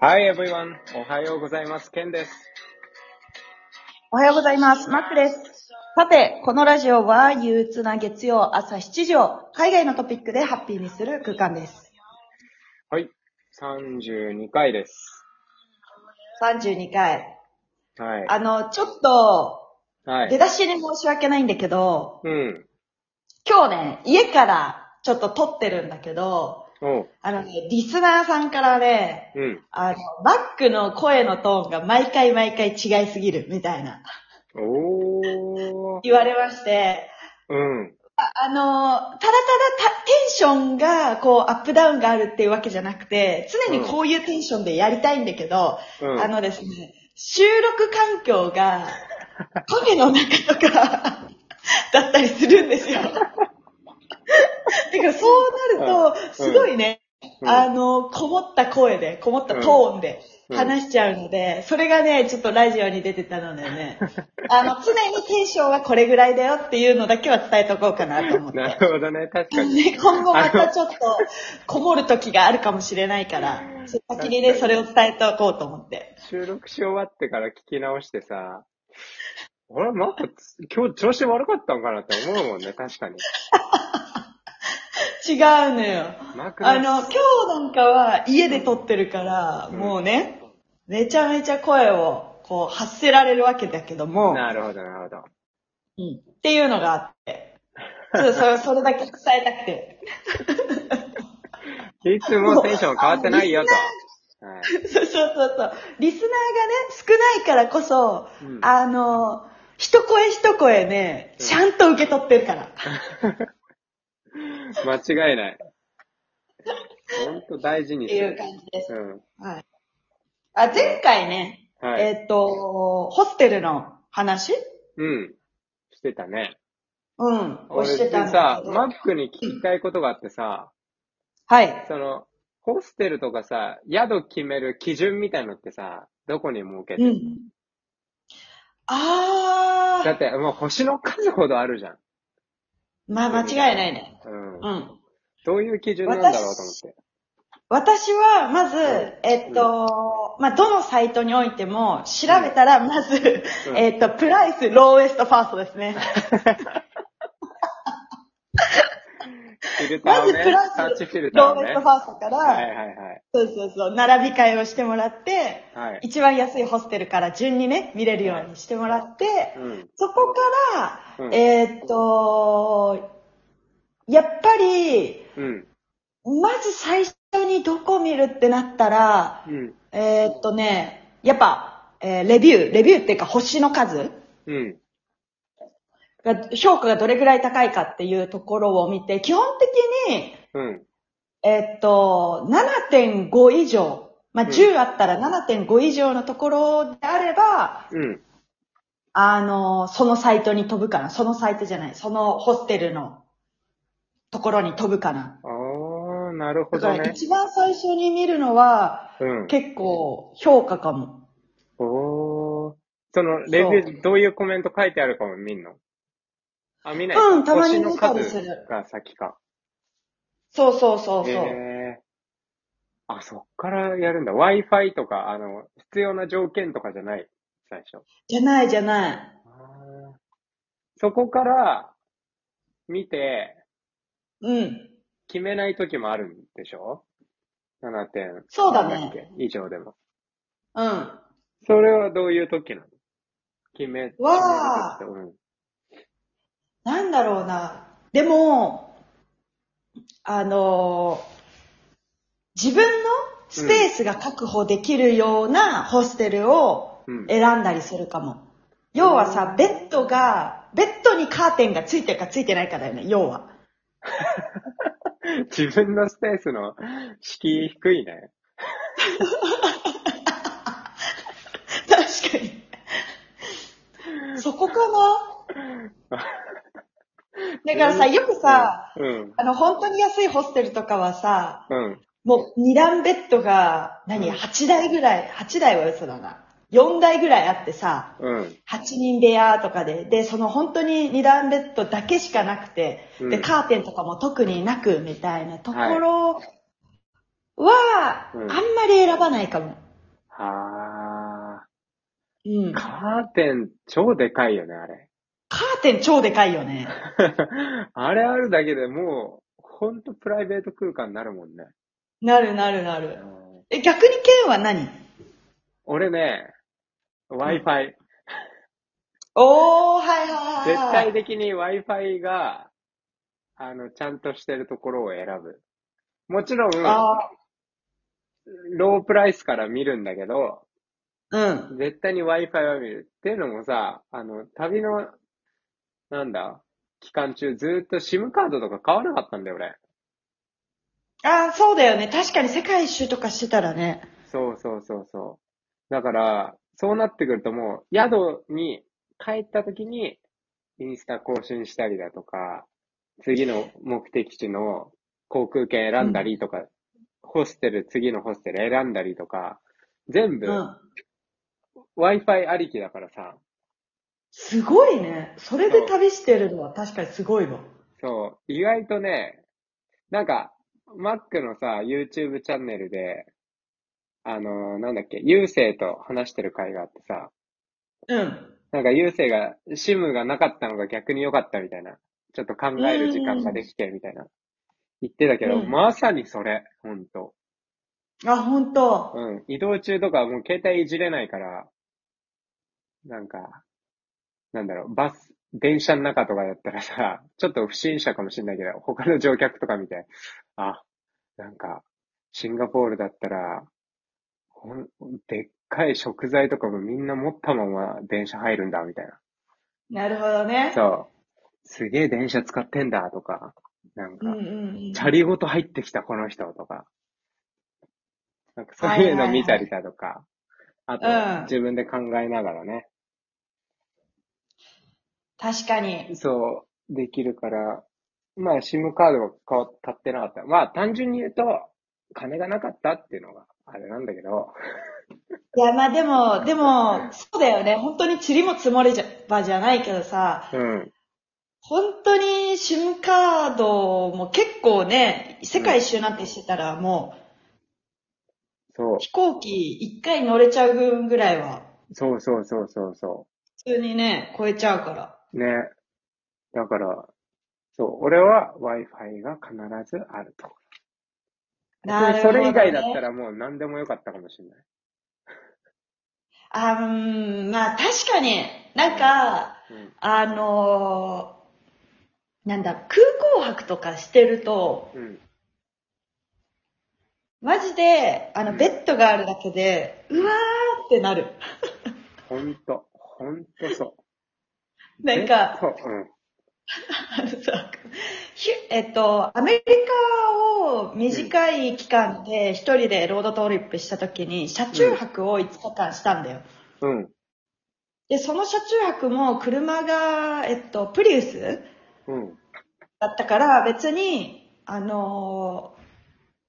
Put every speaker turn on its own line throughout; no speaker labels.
Hi everyone! おはようございます。ケンです。
おはようございます。マックです。さて、このラジオは憂鬱な月曜朝7時を海外のトピックでハッピーにする空間です。
はい。32回です。
32回。
はい。
あの、ちょっと、
は
出
い。
だしに申し訳ないんだけど、
うん。
今日ね、家からちょっと撮ってるんだけど、
おう。
あのね、リスナーさんからね、
うん。
あの、マックの声のトーンが毎回毎回違いすぎるみたいな、
おー。
言われまして、
うん。
ああのー、ただただたテンションが、こう、アップダウンがあるっていうわけじゃなくて、常にこういうテンションでやりたいんだけど、
うん。
あのですね、収録環境 が、カフェの中とか、だったりするんですよ。だからそうな
うん
ると、すごいね、
うん
あのー、こもった声で、こもったトーンで
うん
話しちゃうので、それがね、ちょっとラジオに出てたのでね、あの、常にテンションはこれぐらいだよっていうのだけは伝えとこうかなと思って。
なるほどね。確かに。
ね、今後またちょっと、こもる時があるかもしれないから、先にね、それを伝えておこうと思って。
収録し終わってから聞き直してさ、あれ、なんかつ、今日調子悪かったんかなって思うもんね。確かに。
違うのよ。
マーク
あの、今日なんかは家で撮ってるから、
うん
もうね、めちゃめちゃ声を、こう、発せられるわけだけども、
なるほど、なるほど。
うんっていうのがあって、ちょっとそれ、それだけ伝えたくて。
いつもテンション変わってないよと。はい。
そうそうそうそう。リスナーがね、少ないからこそ、
うん
あの、一声一声ね、
うん
ちゃんと受け取ってるから。
間違いない。ほんと大事
っ
に
て
し
いう
て。
感じです。
うん。
はい。あ、前回ね、
はい。
えっ、と、ホステルの話
うん。してたね。
うん、をしてたんだ
さ、
けど。
マックに聞きたいことがあってさ、
はい。
その、ホステルとかさ、宿決める基準みたいのってさ、どこに設けて
う
る、
ん。あ
だ
ー
っ。て、もう星の数ほどあるじゃん。
まあ、間違いないね。
うん。
うん。
どういう基準なんだろうと思って。
私は、まず
ん、
えっと、まあ、どのサイトにおいても、調べたら、まず
う、ん
えっと、プライス、ローエスト、ファーストですね。
フィルター
ま
を
ず、
ね
プライ、
タッチフィル
ス、
ター
ロ
を
ーエ
ね。
スト、ファーストか
はい
ら、
はい
そうそうそう、並び替えをしてもらって、
はい。はい。
一番安いホステルから順にね、見れるようにしてもらって、
うん。
そこから、
うん
えーっと、やっぱり、
うん。
まず最初にどこ見るってなったら、
うん。
えーっとね、やっぱ、えーレビュー、レビューっていうか星の数
うん。
が、評価がどれぐらい高いかっていうところを見て、基本的に、
うん。
えーっと、7.5以上、まあ、
うん
10あったら7.5以上のところであれば、
うん。
あの、そのサイトに飛ぶかな。そのサイトじゃない。そのホステルのところに飛ぶかな。
あー、なるほ
だか
ど
ら
ね。
一番最初に見るのは、
うん。
結構評価かも。
おー。その、レビュー、どういうコメント書いてあるかも見んのあ、見ないか
うんたまに見
星
た
の
りす
数
る
が先か。
そうそうそうそう。
へー。あ、そっからやるんだ。Wi-Fi とか、あの、必要な条件とかじゃない。最初。
じゃないじゃない。
あーそこから、見て、
うん。
決めない時もあるんでしょ ?7 点。
そうだね
なんっけ。以上でも。
うん。
それはどういう時なの決め、決める
わー
時って
なんだろうな。でも、あの、自分のスペースが確保できるようなホステルを
うん。うん。
選んだりするかも。要はさ、ベッドが、ベッドにカーテンがついてるかついてないかだよね、要は。
自分のスペースの敷居低いね。
確かに。そこか なだからさ、よくさ、
うん。
あの、本当に安いホステルとかはさ、
うん。
もう2段ベッドが、何、
うん
8台ぐらい、8台は嘘だな。4台ぐらいあってさ、
うん。
8人部屋とかで、で、その本当に2段ベッドだけしかなくて、
う
で、
ん
カーテンとかも特になくみたいなところは、
うん
あんまり選ばないかも。
あ
うん。
ー。
カ
カーテン、超でかいよね、あれ。
ーテン超でかいよね。
あれあるだけでもう、ほんとプライベート空間になるもんね。
なるなるな
う
る。
ん
え、逆にケンは何
俺ね、Wi-Fi。
おー、はいはいはい
絶
はい。
対的に Wi-Fi が、あの、ちゃんとしてるところを選ぶ。もちろん、
あ
ロープライスから見るんだけど、
ーうん。
絶対に Wi-Fi は見る。っていうのもさ、あの、旅の、なんだ、期間中ずーっと SIM カードとか買わなかったんだよ、俺。
あーそうだよね。確かに世界一周とかしてたらね。
そうそうそうそう。だから、そうなってくるともう、宿に帰った時に、インスタ更新したりだとか、次の目的地の航空券選んだりとか、ホステル、次のホステル選んだりとか、全部
うん。
Wi-Fi ありきだからさ、
すごいね。それで旅してるのは確かにすごいわ。
そう、意外とね、なんか、Mac のさ、YouTube チャンネルで、あのーなんだっけ、ゆうせいと話してる回があってさ、
うん。
なんか、郵政が、シムがなかったのが逆に良かったみたいな。ちょっと考える時間ができて、みたいな。言ってたけど、
うん
まさにそれ、ほんと。
あ、ほんと。
うん。移動中とかはもう携帯いじれないから、なんか、なんだろう、バス、電車の中とかだったらさ、 ちょっと不審者かもしれないけど、他の乗客とか見て、あ、なんか、シンガポールだったら、ほん、でっかい食材とかもみんな持ったまま電車入るんだ、みたいな。
なるほどね。
そう。すげえ電車使ってんだとか、なん
うん
か
う、ん
チャリごと入ってきたこの人とか、なんかそういうの見たりだとか、あ
うん
と、自分で考えながらね、
確かに。
そう、できるから、まあ、SIM カードは買わ買ってなかった。まあ、単純に言うと、金がなかったっていうのが、あれなんだけど、
いや、まあでも、でも、そうだよね。本当に塵も積もればじゃないけどさ、
うん、
本当に SIM カードも結構ね、世界一周なんてしてたらも
そう
う、飛行機一回乗れちゃう分ぐらいは、
そうそうそうそうそう。
普通にね、超えちゃうから。
ね。だから、そう、俺は Wi-Fi が必ずあると。
なる
そ
ほど、ね。
れ以外だったらもう何でもよかったかもしれない。
あーうーん、まあ確かに、なんか、
うん。
あのーなんだ、空港泊とかしてると、
うん。
マジで、あ
う
の、
ん
ベッドがあるだけで、うわーってなる。
ほんと、ほんとそう。
なん
え
か、
そう、うん。
あのさひゅえっと、アメリカを短い期間で一人でロードトリップした時に、車中泊を5日間したんだよ。
うん。
で、その車中泊も車が、えっと、プリウス
うん。
だったから、別に、あのー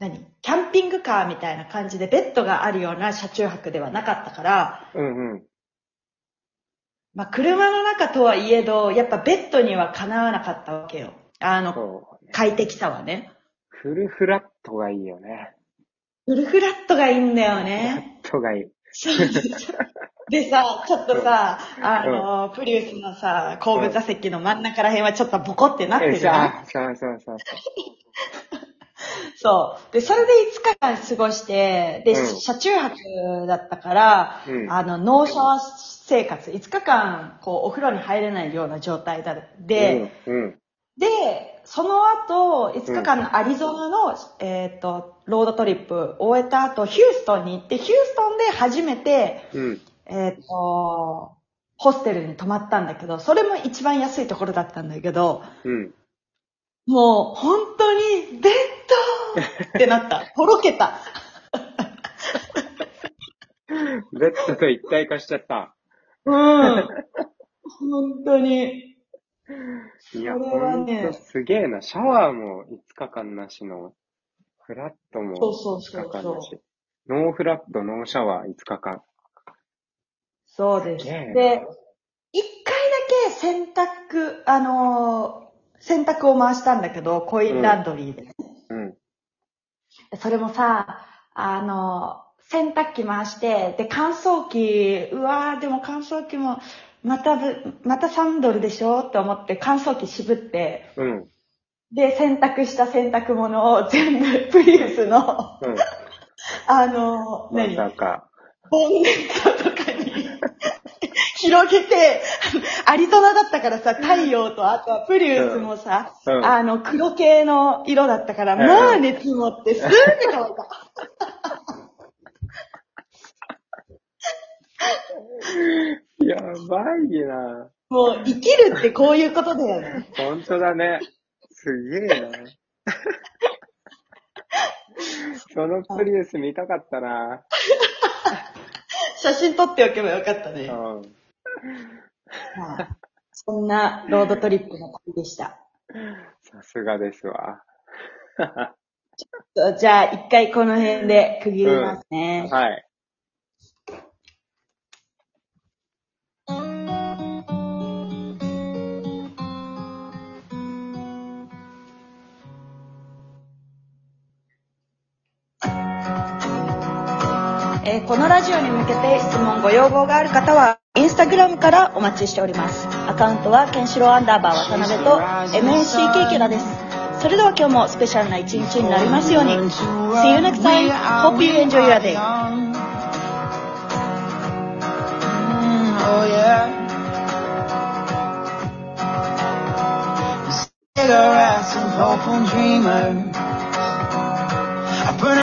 何キャンピングカーみたいな感じでベッドがあるような車中泊ではなかったから、
うんうん。
まあ、車の中とはいえど、やっぱベッドにはかなわなかったわけよ。あの、
そう。
快適さはね。
フルフラットがいいよね。
ウルフラットがいいんだよ
フラ
ね。
ットがいい。
そうでさ、ちょっとさ、あの、プリウスのさ、後部座席の真ん中ら辺はちょっとボコってなってる
え、
じゃん。
さあ、そうそうそうそ
そう。で、それで5日間過ごして、で、
うん
車中泊だったから、
うん
あの、ノーシャワー生活、5日間、こう、お風呂に入れないような状態だ
う。
で、
うん。うん。
で、その後、5日間のアリゾナの、えっ、と、ロードトリップを終えた後、ヒューストンに行って、ヒューストンで初めて、
うん。
えっ、と、ホステルに泊まったんだけど、それも一番安いところだったんだけど、
うん。
もう本当にベッドってなった。 とろけた。
ベッドと一体化しちゃった。
うん。本当に。
いや、
それは
ほん
ね
とすげえな。シャワーも5日間なしの、フラットも
そうそう
5
そ
日
う
間
そ
な
う。
し。ノーフラット、ノーシャワー5日間。
そうです。
すげえな
で、一回だけ洗濯、あのー洗濯を回したんだけど、コインランドリーで。
うん。
それもさ、あのー洗濯機回して、で、乾燥機、うわー、でも乾燥機も、またぶ、また3ドルでしょって思って乾燥機渋って、
うん。うん。
で、洗濯した洗濯物を全部、プリウスの、あ
ま
の、何
さか。
ボンネットとかに広げて、 アリゾナだったからさ、太陽と、あとはプリウスもさ、
うんうん
あの、黒系の色だったから、
うん
まあ熱持ってすぐ乾 いた。
やばいな。
もう生きるってこういうことだよね。
本当だね。すげえな。 そのプリウス見たかったな。
写真撮っておけばよかった
う
ね。
ん。
はいそんなロードトリップの旅でした。
さすがですわ。
じゃあ一回この辺で区切りますね。
はい。
えーこのラジオに向けて質問ご要望がある方はインスタグラムからお待ちしておりますアカウントはケンシロウアンダーバー渡辺と MNCK キャラですそれでは今日もスペシャルな一日になりますように See you next time Hope you enjoy your day
Oh yeah. Cigarettes and hopeful dreamers.